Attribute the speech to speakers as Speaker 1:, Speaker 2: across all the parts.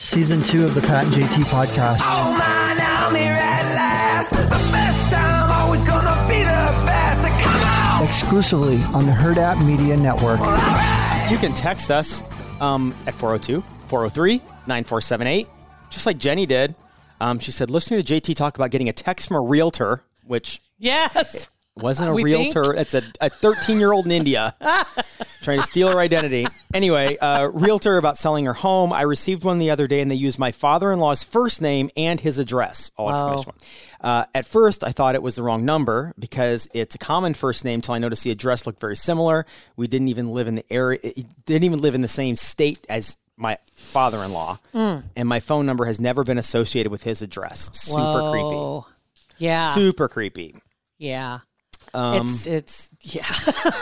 Speaker 1: Season two of the Pat and JT podcast.
Speaker 2: Oh man, I'm here at last. The best time, always gonna be the best. And come on!
Speaker 1: Exclusively on the Herd App Media Network.
Speaker 3: You can text us um, at 402 403 9478, just like Jenny did. Um, she said, listening to JT talk about getting a text from a realtor, which
Speaker 4: Yes.
Speaker 3: wasn't a
Speaker 4: We think?
Speaker 3: realtor. It's a 13 year old in India trying to steal her identity. Anyway, uh, realtor about selling her home. I received one the other day and they used my father in law's first name and his address. Oh, All exclamation point. Uh, at first, I thought it was the wrong number because it's a common first name. Till I noticed the address looked very similar. We didn't even live in the area. It didn't even live in the same state as my father-in-law,
Speaker 4: Mm.
Speaker 3: and my phone number has never been associated with his address. Super
Speaker 4: Oh, yeah.
Speaker 3: creepy. Super creepy.
Speaker 4: yeah. it's it's yeah.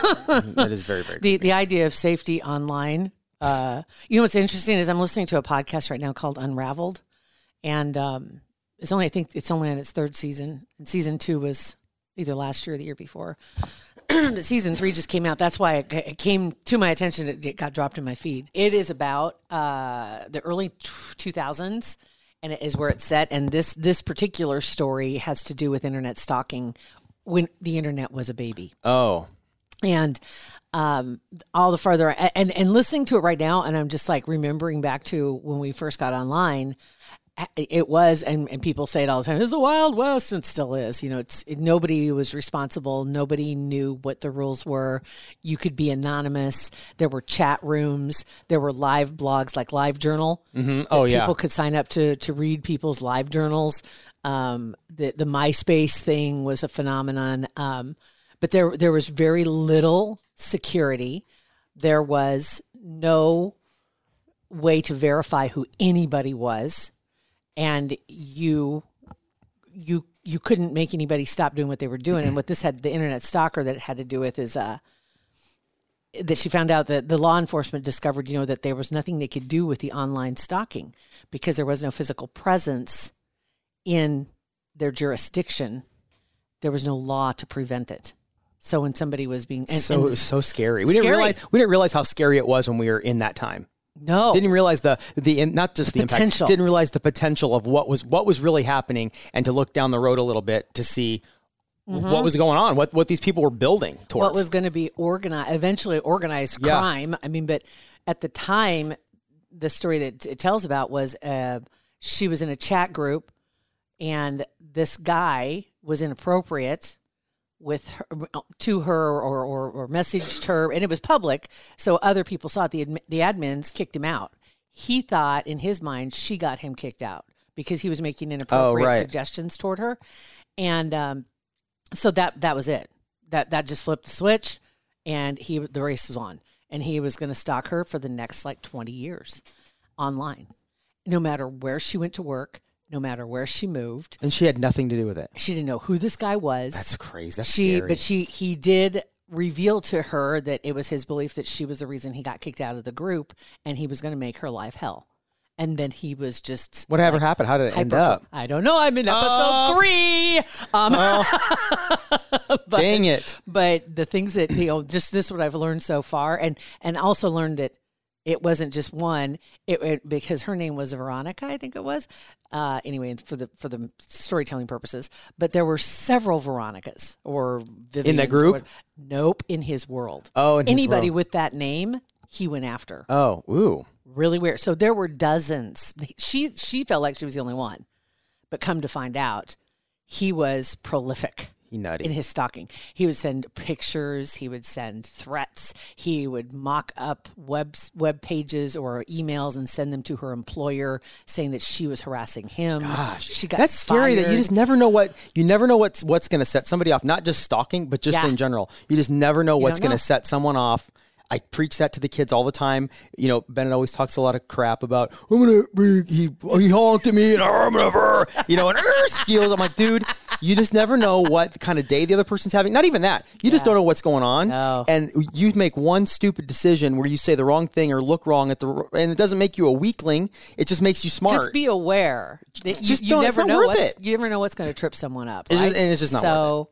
Speaker 3: That is very very.
Speaker 4: the the idea of safety online. Uh, you know what's interesting is I'm listening to a podcast right now called Unraveled, and um, it's only I think it's only on its third season, and season two was either last year or the year before. But season three just came out. That's why it, it came to my attention. It, it got dropped in my feed. It is about uh, the early two thousands. And it is where it's set, and this this particular story has to do with internet stalking when the internet was a baby
Speaker 3: Oh,
Speaker 4: and um, all the further and and listening to it right now, and I'm just like remembering back to when we first got online. It was, and, and people say it all the time. It's the Wild West, and it still is. You know, it's it, nobody was responsible. Nobody knew what the rules were. You could be anonymous. There were chat rooms. There were live blogs, like Live Journal. Mm-hmm.
Speaker 3: Oh, yeah.
Speaker 4: people could sign up to to read people's live journals. Um, the the MySpace thing was a phenomenon. Um, but there there was very little security. There was no way to verify who anybody was, and you you you couldn't make anybody stop doing what they were doing. And what this had the internet stalker that it had to do with is uh that she found out that the law enforcement discovered, you know, that there was nothing they could do with the online stalking because there was no physical presence in their jurisdiction. There was no law to prevent it. So when somebody was being and,
Speaker 3: so it
Speaker 4: and-
Speaker 3: was so scary. We didn't
Speaker 4: Scary.
Speaker 3: realize we didn't realize how scary it was when we were in that time.
Speaker 4: no,
Speaker 3: Didn't realize the the not just Oh. the
Speaker 4: Potential.
Speaker 3: impact. Didn't realize the potential of what was what was really happening, and to look down the road a little bit to see what was going on, Mm-hmm. what what these people were building towards.
Speaker 4: what was going to be organized eventually organized
Speaker 3: Yeah.
Speaker 4: crime i mean but at the time the story that it tells about was uh, she was in a chat group and this guy was inappropriate with her, to her or, or or messaged her and it was public so other people saw it the admi- the admins kicked him out he thought in his mind she got him kicked out because he was making inappropriate
Speaker 3: right.
Speaker 4: suggestions toward her and um so that that was it that that just flipped the switch and he the race was on and he was going to stalk her for the next like 20 years online no matter where she went to work no matter where she moved
Speaker 3: and she had nothing to do with it.
Speaker 4: she didn't know who this guy was
Speaker 3: That's crazy. That's
Speaker 4: she
Speaker 3: scary.
Speaker 4: but she he did reveal to her that it was his belief that she was the reason he got kicked out of the group and he was going to make her life hell and then he was just
Speaker 3: Whatever happened? How did it end up?
Speaker 4: I don't know. I'm in episode
Speaker 3: Oh.
Speaker 4: three. Um, but,
Speaker 3: Dang it!
Speaker 4: But the things that you know, just this is what I've learned so far, and and also learned that it wasn't just one. It, it because her name was Veronica, I think it was. Uh, anyway, for the for the storytelling purposes, but there were several Veronicas or Vivians or
Speaker 3: group?
Speaker 4: what- nope, in his world.
Speaker 3: Oh, in his
Speaker 4: anybody
Speaker 3: world.
Speaker 4: with that name, he went after
Speaker 3: Oh, ooh,
Speaker 4: really weird. So there were dozens. She she felt like she was the only one, but come to find out, he was prolific
Speaker 3: he nutty.
Speaker 4: in his stalking. He would send pictures. He would send threats. He would mock up web web pages or emails and send them to her employer, saying that she was harassing him.
Speaker 3: Gosh,
Speaker 4: she got
Speaker 3: that's scary that you
Speaker 4: fired.
Speaker 3: just never know what you never know what's what's going to set somebody off. Not just stalking, but just
Speaker 4: Yeah.
Speaker 3: in general, you just never know what's
Speaker 4: don't
Speaker 3: going
Speaker 4: know.
Speaker 3: to set someone off. I preach that to the kids all the time. You know, Bennett always talks a lot of crap about I'm gonna be- he he honked at me and I'm gonna brr," you know and "Arr," squeals. I'm like, dude, you just never know what kind of day the other person's having. Not even that. You just don't know what's going on.
Speaker 4: No.
Speaker 3: And you make one stupid decision where you say the wrong thing or look wrong at the and it doesn't make you a weakling. It just makes you smart.
Speaker 4: Just be aware. that you-
Speaker 3: Just
Speaker 4: you,
Speaker 3: don't- it's
Speaker 4: never
Speaker 3: not
Speaker 4: know
Speaker 3: worth
Speaker 4: what's-
Speaker 3: it.
Speaker 4: You never know what's going to trip someone up.
Speaker 3: It's just-
Speaker 4: right?
Speaker 3: and it's just not worth
Speaker 4: So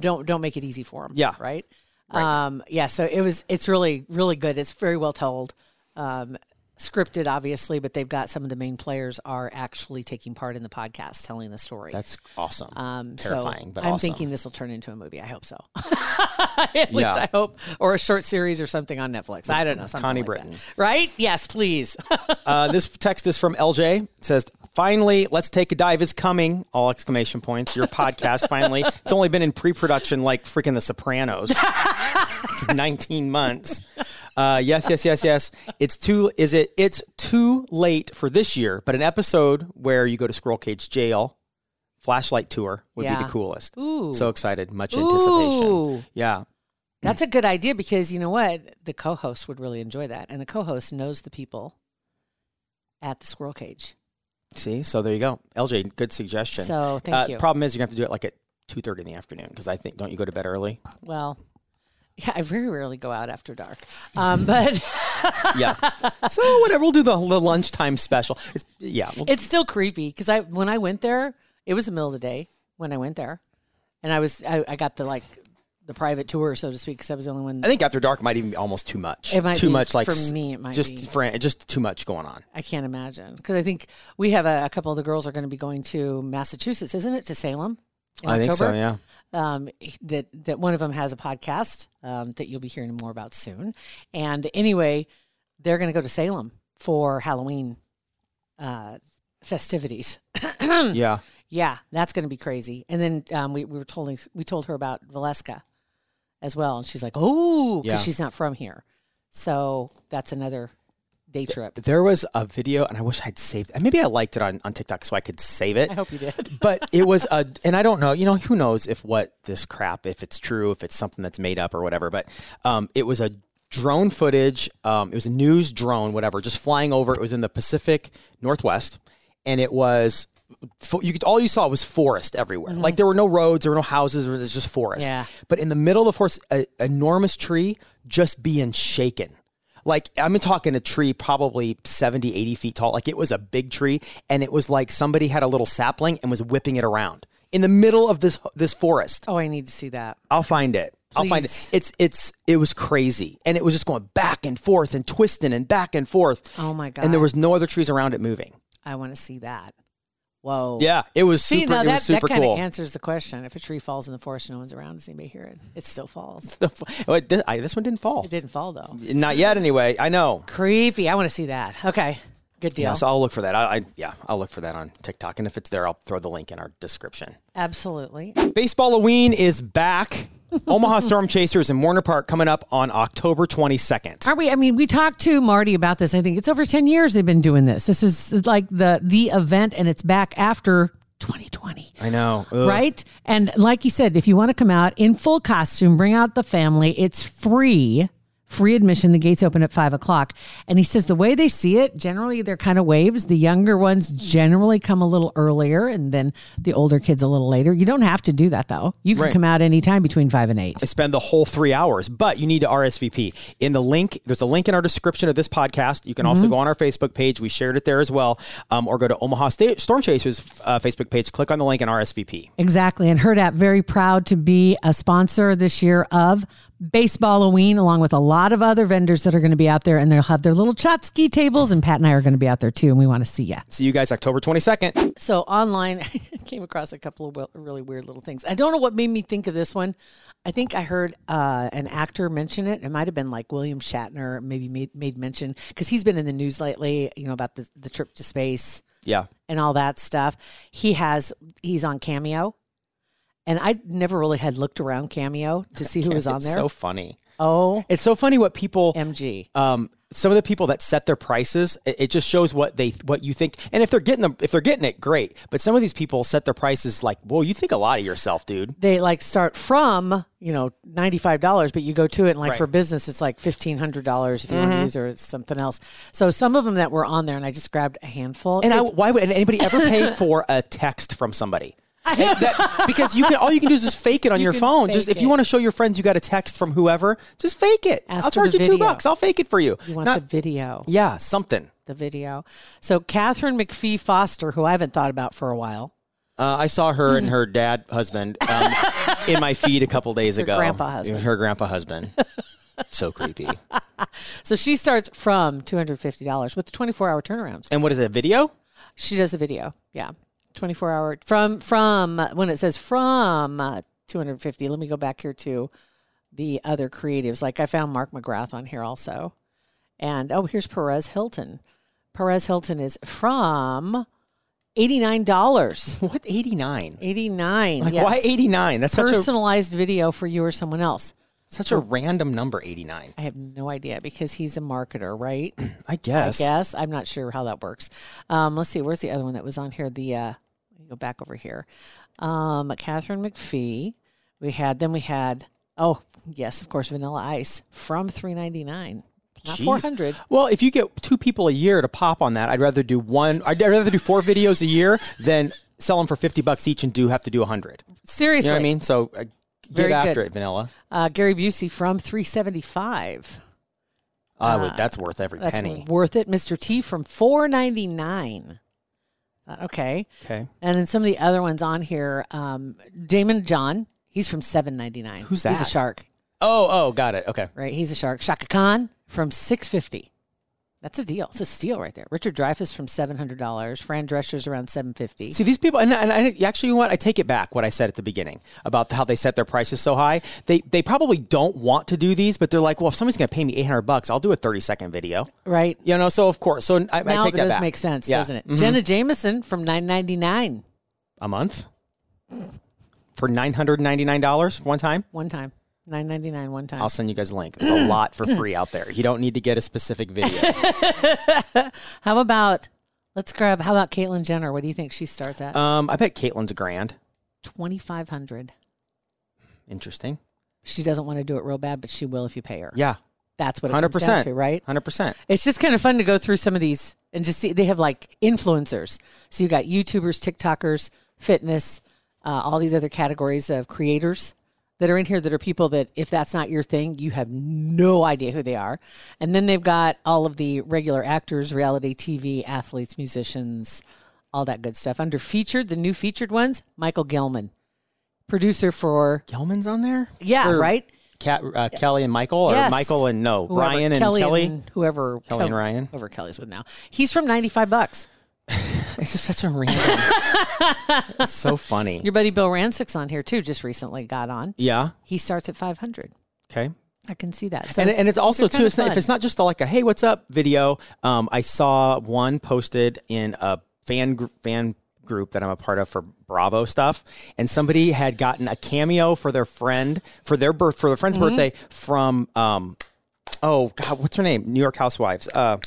Speaker 4: don't don't make it easy for them.
Speaker 3: Yeah.
Speaker 4: Right. Um, yeah. So it was. It's really really good. It's very well told. Um, scripted, obviously, but they've got some of the main players are actually taking part in the podcast, telling the story.
Speaker 3: That's awesome.
Speaker 4: Um, so
Speaker 3: Terrifying, but
Speaker 4: I'm
Speaker 3: awesome.
Speaker 4: thinking this will turn into a movie. I hope so. At least
Speaker 3: Yeah.
Speaker 4: I hope, or a short series or something on Netflix. I don't know. Something
Speaker 3: Connie
Speaker 4: like that.
Speaker 3: Britton.
Speaker 4: right? Yes, please.
Speaker 3: Uh, this text is from LJ. It says, "Finally, let's take a dive. It's coming!" All exclamation points. Your podcast finally. It's only been in pre-production like freaking The Sopranos for 19 months. Uh, yes, yes, yes, yes. It's too. Is it? It's too late for this year. But an episode where you go to Squirrel Cage Jail. Flashlight tour would be
Speaker 4: Yeah.
Speaker 3: the coolest.
Speaker 4: Ooh.
Speaker 3: So excited, much
Speaker 4: Ooh.
Speaker 3: anticipation. Yeah,
Speaker 4: That's a good idea because you know what? The co host would really enjoy that. And the co host knows the people at the squirrel cage.
Speaker 3: See, so there you go, LJ. Good suggestion. Uh,
Speaker 4: So, thank you.
Speaker 3: Problem is, you're gonna have to do it like at two thirty in the afternoon because I think don't you go to bed early?
Speaker 4: Well, yeah, I very rarely go out after dark. Um, but
Speaker 3: Yeah. so whatever, we'll do the, the lunchtime special. It's, yeah, we'll-
Speaker 4: it's still creepy because I when I went there, it was the middle of the day when I went there. And I was I, I got the like the private tour, so to speak, because I was the only one
Speaker 3: I think after dark might even be almost too much.
Speaker 4: It might
Speaker 3: too
Speaker 4: be.
Speaker 3: much like
Speaker 4: For
Speaker 3: s-
Speaker 4: me, it might
Speaker 3: just
Speaker 4: be.
Speaker 3: fran- just too much going on.
Speaker 4: I can't imagine because I think we have a, a couple of the girls are going to be going to Massachusetts, isn't it, to Salem? in
Speaker 3: I think so.
Speaker 4: October?
Speaker 3: Yeah.
Speaker 4: Um, that that one of them has a podcast um, that you'll be hearing more about soon. And anyway, they're going to go to Salem for Halloween uh, festivities. Hmm.
Speaker 3: yeah.
Speaker 4: Yeah, that's going to be crazy. And then um, we, we were told we told her about Valeska as well, and she's like, "Oh, because
Speaker 3: Yeah.
Speaker 4: she's not from here." So that's another day trip.
Speaker 3: There was a video, and I wish I'd saved. and Maybe I liked it on, on TikTok so I could save it.
Speaker 4: I hope you did.
Speaker 3: but it was a, and I don't know, you know, who knows if what this crap, if it's true, if it's something that's made up or whatever. But um, it was a drone footage. Um, it was a news drone, whatever, just flying over. It was in the Pacific Northwest, and it was. fo- You could all you saw was forest everywhere. Like there were no roads, there were no houses, there was just forest.
Speaker 4: Yeah.
Speaker 3: But in the middle of the forest, an enormous tree just being shaken. Like I'm talking a tree probably 70, 80 feet tall. Like it was a big tree, and it was like somebody had a little sapling and was whipping it around in the middle of this this forest.
Speaker 4: Oh, I need to see that.
Speaker 3: I'll find it. I'll find it.
Speaker 4: Please.
Speaker 3: It's it's it was crazy, and it was just going back and forth and twisting and back and forth.
Speaker 4: Oh my god!
Speaker 3: And there was no other trees around it moving.
Speaker 4: I want to see that. Whoa.
Speaker 3: Yeah, it was
Speaker 4: See,
Speaker 3: super.
Speaker 4: now
Speaker 3: it
Speaker 4: that,
Speaker 3: was super
Speaker 4: that kind of
Speaker 3: cool.
Speaker 4: answers the question. If a tree falls in the forest, no one's around. Does anybody hear it? It still falls.
Speaker 3: Oh, it did- I- this one didn't fall.
Speaker 4: It didn't fall though.
Speaker 3: Not yet, anyway. I know.
Speaker 4: Creepy. I want to see that. Okay. Good deal.
Speaker 3: Yeah, so I'll look for that. I, I yeah, I'll look for that on TikTok, and if it's there, I'll throw the link in our description.
Speaker 4: Absolutely.
Speaker 3: Baseball Halloween is back. Omaha Storm Chasers in Warner Park coming up on October 22nd.
Speaker 4: Are we? I mean, we talked to Marty about this. I think it's over ten years they've been doing this. This is like the the event, and it's back after 2020.
Speaker 3: I know, Ugh.
Speaker 4: Right. And like you said, if you want to come out in full costume, bring out the family. It's free, free admission. The gates open at five o'clock. And he says the way they see it, generally they're kind of waves. The younger ones generally come a little earlier and then the older kids a little later. You don't have to do that though. You can
Speaker 3: Right.
Speaker 4: come out anytime between five and eight.
Speaker 3: to spend the whole three hours, but you need to RSVP. In the link, there's a link in our description of this podcast. You can also go on our Facebook page. We shared it there as well. Um, or go to Omaha State Storm Chasers uh, Facebook page. Click on the link and RSVP.
Speaker 4: Exactly. And Herd App very proud to be a sponsor this year of Baseball Halloween, along with a lot of other vendors that are going to be out there and they'll have their little ski tables. And Pat and I are going to be out there too. And we want to see you.
Speaker 3: See you guys October 22nd.
Speaker 4: So online, I came across a couple of wel- really weird little things. I don't know what made me think of this one. I think I heard uh, an actor mention it. It might have been like William Shatner, maybe made, made mention because he's been in the news lately, you know, about the, the trip to space
Speaker 3: Yeah.
Speaker 4: and all that stuff. He has he's on Cameo, and I never really had looked around Cameo to see who was on
Speaker 3: It's
Speaker 4: there.
Speaker 3: so funny.
Speaker 4: oh,
Speaker 3: It's so funny what people
Speaker 4: MG.
Speaker 3: um, some of the people that set their prices, it, it just shows what they what you think. And if they're getting them, if they're getting it, great. But some of these people set their prices like, well, you think a lot of yourself, dude.
Speaker 4: They like start from, you know, $95, but you go to it and like for business, it's like $1,500 if you want
Speaker 3: Mm-hmm.
Speaker 4: to use it or it's something else. So some of them that were on there and I just grabbed a handful.
Speaker 3: And I,
Speaker 4: It-
Speaker 3: why would anybody ever pay for a text from somebody? And that- because you can, all you can do is just fake it on your
Speaker 4: can
Speaker 3: phone. Just
Speaker 4: fake
Speaker 3: if you
Speaker 4: it.
Speaker 3: want to show your friends you got a text from whoever, just fake it.
Speaker 4: Ask
Speaker 3: I'll
Speaker 4: for the
Speaker 3: charge you two
Speaker 4: video.
Speaker 3: bucks. I'll fake it for you.
Speaker 4: you want
Speaker 3: Not-
Speaker 4: the video.
Speaker 3: yeah, something.
Speaker 4: The video. So Catherine McPhee Foster, who I haven't thought about for a while,
Speaker 3: Uh, I saw her and her dad husband um, in my feed a couple days ago.
Speaker 4: grandpa husband.
Speaker 3: Her grandpa husband. so creepy.
Speaker 4: So she starts from two hundred fifty dollars with twenty four hour turnaround.
Speaker 3: And what is it? Video?
Speaker 4: She does a video, yeah, twenty four hour from from uh, when it says from uh, two hundred fifty. Let me go back here to the other creatives. Like I found Mark McGrath on here also, and oh, here's Perez Hilton. Perez Hilton is from eighty nine dollars.
Speaker 3: What eighty nine?
Speaker 4: Eighty nine.
Speaker 3: Like
Speaker 4: yes.
Speaker 3: why eighty nine? That's such a
Speaker 4: Personalized video for you or someone else.
Speaker 3: such a random number. Eighty nine.
Speaker 4: I have no idea because he's a marketer, right?
Speaker 3: I guess.
Speaker 4: guess. I'm not sure how that works. Um, let's see. Where's the other one that was on here? The uh, let me go back over here. Um, Catherine McPhee. We had then we had oh yes of course Vanilla Ice from 3.99 not
Speaker 3: Jeez.
Speaker 4: 400
Speaker 3: Well, if you get two people a year to pop on that, I'd rather do one. I'd rather do four videos a year than sell them for fifty bucks each and do have to do a hundred.
Speaker 4: seriously
Speaker 3: You know what I mean? So uh, get
Speaker 4: Very
Speaker 3: after
Speaker 4: good.
Speaker 3: it, Vanilla.
Speaker 4: uh, Gary Busey from 375
Speaker 3: I Ah, would. That's worth every
Speaker 4: Ah, that's
Speaker 3: penny.
Speaker 4: worth it Mr T from 4.99 Uh, okay
Speaker 3: Okay.
Speaker 4: And then some of the other ones on here, um, Damon John, he's from seven ninety nine.
Speaker 3: Who's
Speaker 4: He's a
Speaker 3: that?
Speaker 4: shark,
Speaker 3: Oh, oh, got it. Okay.
Speaker 4: right? He's a shark. Shaka Khan from six fifty. That's a deal. It's a steal right there. Richard Dreyfuss from seven hundred dollars. Fran Drescher's around seven fifty.
Speaker 3: See these people, and, and I, actually, you know what? I take it back. What I said at the beginning about how they set their prices so high. They they probably don't want to do these, but they're like, well, if somebody's going to pay me eight hundred bucks, I'll do a thirty second video.
Speaker 4: Right
Speaker 3: You know, so of course, so I, I
Speaker 4: now
Speaker 3: take
Speaker 4: it
Speaker 3: that
Speaker 4: does
Speaker 3: back.
Speaker 4: make sense,
Speaker 3: Yeah.
Speaker 4: doesn't it?
Speaker 3: Mhm.
Speaker 4: Jenna Jameson from nine ninety nine
Speaker 3: A month for nine hundred ninety nine dollars one time.
Speaker 4: one time. Nine ninety nine one time.
Speaker 3: I'll send you guys a link. There's a lot for free out there. You don't need to get a specific video.
Speaker 4: How about let's grab? How about Caitlyn Jenner? What do you think she starts at?
Speaker 3: Um, I bet Caitlin's a grand.
Speaker 4: Twenty five hundred.
Speaker 3: Interesting.
Speaker 4: She doesn't want to do it real bad, but she will if you pay her.
Speaker 3: Yeah,
Speaker 4: That's what it
Speaker 3: hundred
Speaker 4: comes down
Speaker 3: percent.
Speaker 4: to, right?
Speaker 3: Hundred percent.
Speaker 4: It's just kind of fun to go through some of these and just see they have like influencers. So you got YouTubers, TikTokers, fitness, uh, all these other categories of creators that are in here that are people that if that's not your thing, you have no idea who they are. And then they've got all of the regular actors, reality TV, athletes, musicians, all that good stuff. Under featured, the new featured ones, Michael Gelman, producer for
Speaker 3: Gelman's on there.
Speaker 4: yeah,
Speaker 3: For
Speaker 4: right.
Speaker 3: Cat, uh, Kelly and Michael,
Speaker 4: Yes.
Speaker 3: or Michael and no,
Speaker 4: Whoever,
Speaker 3: Ryan and
Speaker 4: Kelly,
Speaker 3: Kelly.
Speaker 4: and whoever
Speaker 3: Kelly and Ryan.
Speaker 4: whoever Kelly's with now. He's from ninety five bucks.
Speaker 3: This is such a random. it's so funny.
Speaker 4: Your buddy Bill Rancick's on here too. Just recently got on.
Speaker 3: yeah.
Speaker 4: He starts at five hundred.
Speaker 3: Okay.
Speaker 4: I can see that. So
Speaker 3: and, and it's also
Speaker 4: kind
Speaker 3: too.
Speaker 4: of
Speaker 3: It's not, if
Speaker 4: fun.
Speaker 3: it's not just a, like a "Hey, what's up?" video, um, I saw one posted in a fan gr- fan group that I'm a part of for Bravo stuff, and somebody had gotten a cameo for their friend for their birth for their friend's
Speaker 4: Mm-hmm.
Speaker 3: birthday from um, oh God, what's her name? New York Housewives. Uh,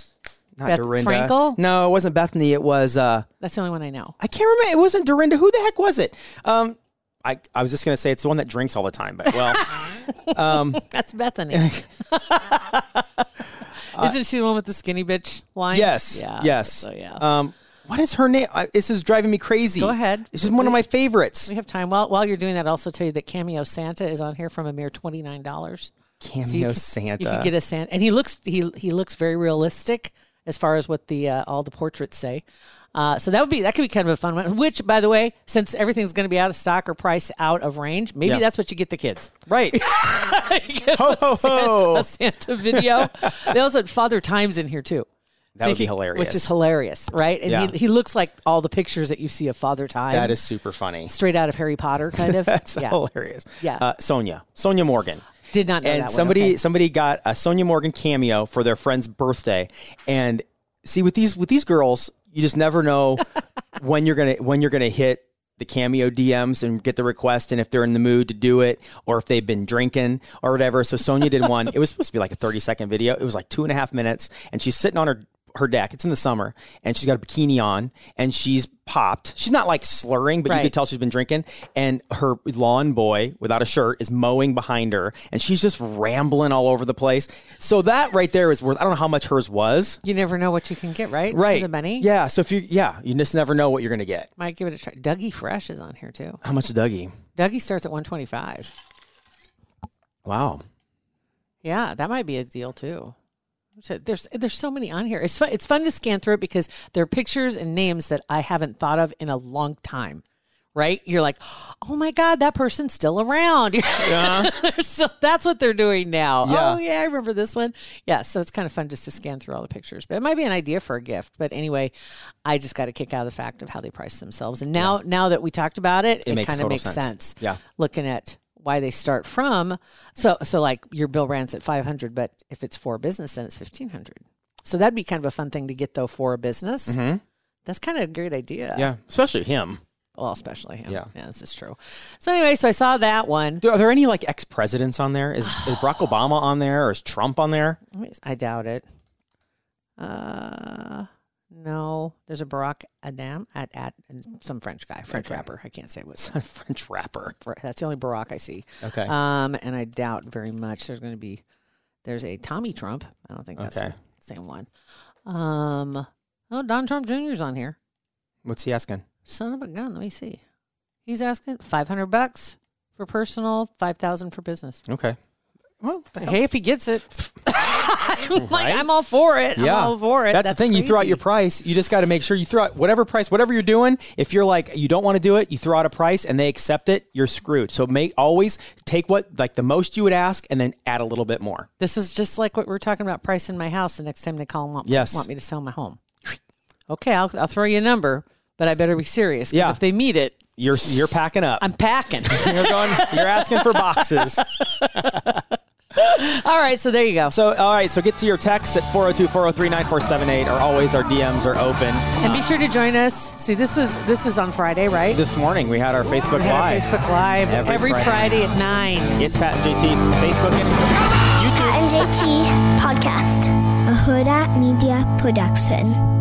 Speaker 3: not
Speaker 4: Beth
Speaker 3: Dorinda.
Speaker 4: Frankel?
Speaker 3: No, it wasn't Bethany. It was uh,
Speaker 4: that's the only one I know.
Speaker 3: I can't remember. It wasn't Dorinda. Who the heck was it? Um, I, I was just gonna say it's the one that drinks all the time, but well,
Speaker 4: That's Bethany. Isn't she the one with the skinny bitch line?
Speaker 3: Uh, yes,
Speaker 4: Yeah.
Speaker 3: yes.
Speaker 4: So yeah.
Speaker 3: Um, what is her name? I, this is driving me crazy.
Speaker 4: Go ahead.
Speaker 3: This is one of my favorites.
Speaker 4: we have time. While while you're doing that, I'll also tell you that Cameo Santa is on here from a mere twenty nine dollars.
Speaker 3: Cameo
Speaker 4: You can
Speaker 3: Santa.
Speaker 4: get a Santa, and he looks he he looks very realistic as far as what the uh, all the portraits say. Uh, so that would be that could be kind of a fun one. Which, by the way, since everything's going to be out of stock or price out of range, maybe
Speaker 3: Yeah.
Speaker 4: that's what you get the kids.
Speaker 3: right. Oh,
Speaker 4: ho,
Speaker 3: ho, ho.
Speaker 4: A Santa video. they also had Father Times in here too.
Speaker 3: That would be hilarious.
Speaker 4: Which is hilarious, right? And
Speaker 3: Yeah.
Speaker 4: he, he looks like all the pictures that you see of Father Time.
Speaker 3: That is super funny.
Speaker 4: straight out of Harry Potter, kind of.
Speaker 3: That's
Speaker 4: yeah.
Speaker 3: hilarious.
Speaker 4: Yeah.
Speaker 3: Uh, Sonia. Sonia Morgan.
Speaker 4: Did not know that
Speaker 3: and
Speaker 4: one.
Speaker 3: somebody
Speaker 4: Okay.
Speaker 3: somebody got a Sonia Morgan cameo for their friend's birthday. And see with these with these girls, you just never know when you're gonna when you're gonna hit the cameo DMs and get the request and if they're in the mood to do it or if they've been drinking or whatever. So Sonia did one. It was supposed to be like a 30 second video. It was like two and a half minutes and she's sitting on her her deck. It's in the summer and she's got a bikini on and she's popped. She's not like slurring, but you
Speaker 4: Right.
Speaker 3: could tell she's been drinking. And her lawn boy without a shirt is mowing behind her and she's just rambling all over the place. So that right there is worth I don't know how much hers was.
Speaker 4: You never know what you can get, right?
Speaker 3: Right.
Speaker 4: For the money.
Speaker 3: Yeah. So if you yeah, you just never know what you're gonna get.
Speaker 4: Might give it a try. Dougie Fresh is on here too.
Speaker 3: How much Dougie?
Speaker 4: Dougie starts at 125.
Speaker 3: Wow.
Speaker 4: Yeah, that might be a deal too. So There's there's so many on here. It's fun, it's fun to scan through it because there are pictures and names that I haven't thought of in a long time. Right? You're like, oh my god, that person's still around. Yeah. so that's what they're doing now.
Speaker 3: Yeah.
Speaker 4: Oh yeah, I remember this one. Yeah. So it's kind of fun just to scan through all the pictures, but it might be an idea for a gift. But anyway, I just got a kick out of the fact of how they price themselves. And now now that we talked about it, it,
Speaker 3: makes
Speaker 4: kind of
Speaker 3: total
Speaker 4: makes
Speaker 3: sense.
Speaker 4: sense
Speaker 3: Yeah.
Speaker 4: looking at why they start from. So so like your bill rants at 500, but if it's for a business, then it's 1500. So that'd be kind of a fun thing to get though for a business. That's kind of a great idea.
Speaker 3: Mm-hmm. Yeah. Especially him.
Speaker 4: Well, especially him.
Speaker 3: Yeah.
Speaker 4: yeah, this is true. So anyway, so I saw that one.
Speaker 3: Are there any like ex presidents on there? Is, is Barack Obama on there or is Trump on there?
Speaker 4: Let me- I doubt it. Uh, no, there's a Barack Adam at at and some French guy, French rapper. I can't say what.
Speaker 3: A French rapper.
Speaker 4: That's the only Barack I see.
Speaker 3: Okay.
Speaker 4: Um, and I doubt very much there's going to be. There's a Tommy Trump. I don't think that's
Speaker 3: Okay.
Speaker 4: the same one. Um, oh, Don Trump Jr.'s on here.
Speaker 3: What's he asking?
Speaker 4: Son of a gun. Let me see. He's asking five hundred bucks for personal, five thousand for business.
Speaker 3: Okay. Well, the hell-
Speaker 4: Hey, if he gets it, I'm like
Speaker 3: Right?
Speaker 4: I'm all for it.
Speaker 3: yeah.
Speaker 4: I'm all for it.
Speaker 3: That's, the thing. You throw out your
Speaker 4: crazy.
Speaker 3: price. You just got to make sure you throw out whatever price, whatever you're doing. If you're like you don't want to do it, you throw out a price and they accept it. You're screwed. So make always take what like the most you would ask and then add a little bit more.
Speaker 4: This is just like what we were talking about price in my house the next time they call and want,
Speaker 3: Yes.
Speaker 4: want me to sell my home. Okay, I'll, I'll throw you a number, but I better be serious. 'cause
Speaker 3: Yeah.
Speaker 4: If they meet it,
Speaker 3: You're you're packing up.
Speaker 4: I'm packing.
Speaker 3: you're going. You're asking for boxes.
Speaker 4: all right, so there you go.
Speaker 3: So all right. So get to your texts at 402-403-9478 or always our DMs are open.
Speaker 4: and be sure to join us. See, this was this is on Friday, right?
Speaker 3: This morning we had our Facebook
Speaker 4: We had our
Speaker 3: Live.
Speaker 4: Facebook Live every,
Speaker 3: Every Friday.
Speaker 4: Friday. at nine.
Speaker 3: It's Pat and JT, Facebook and
Speaker 5: Pat and JT Podcast, a Huda Media Production.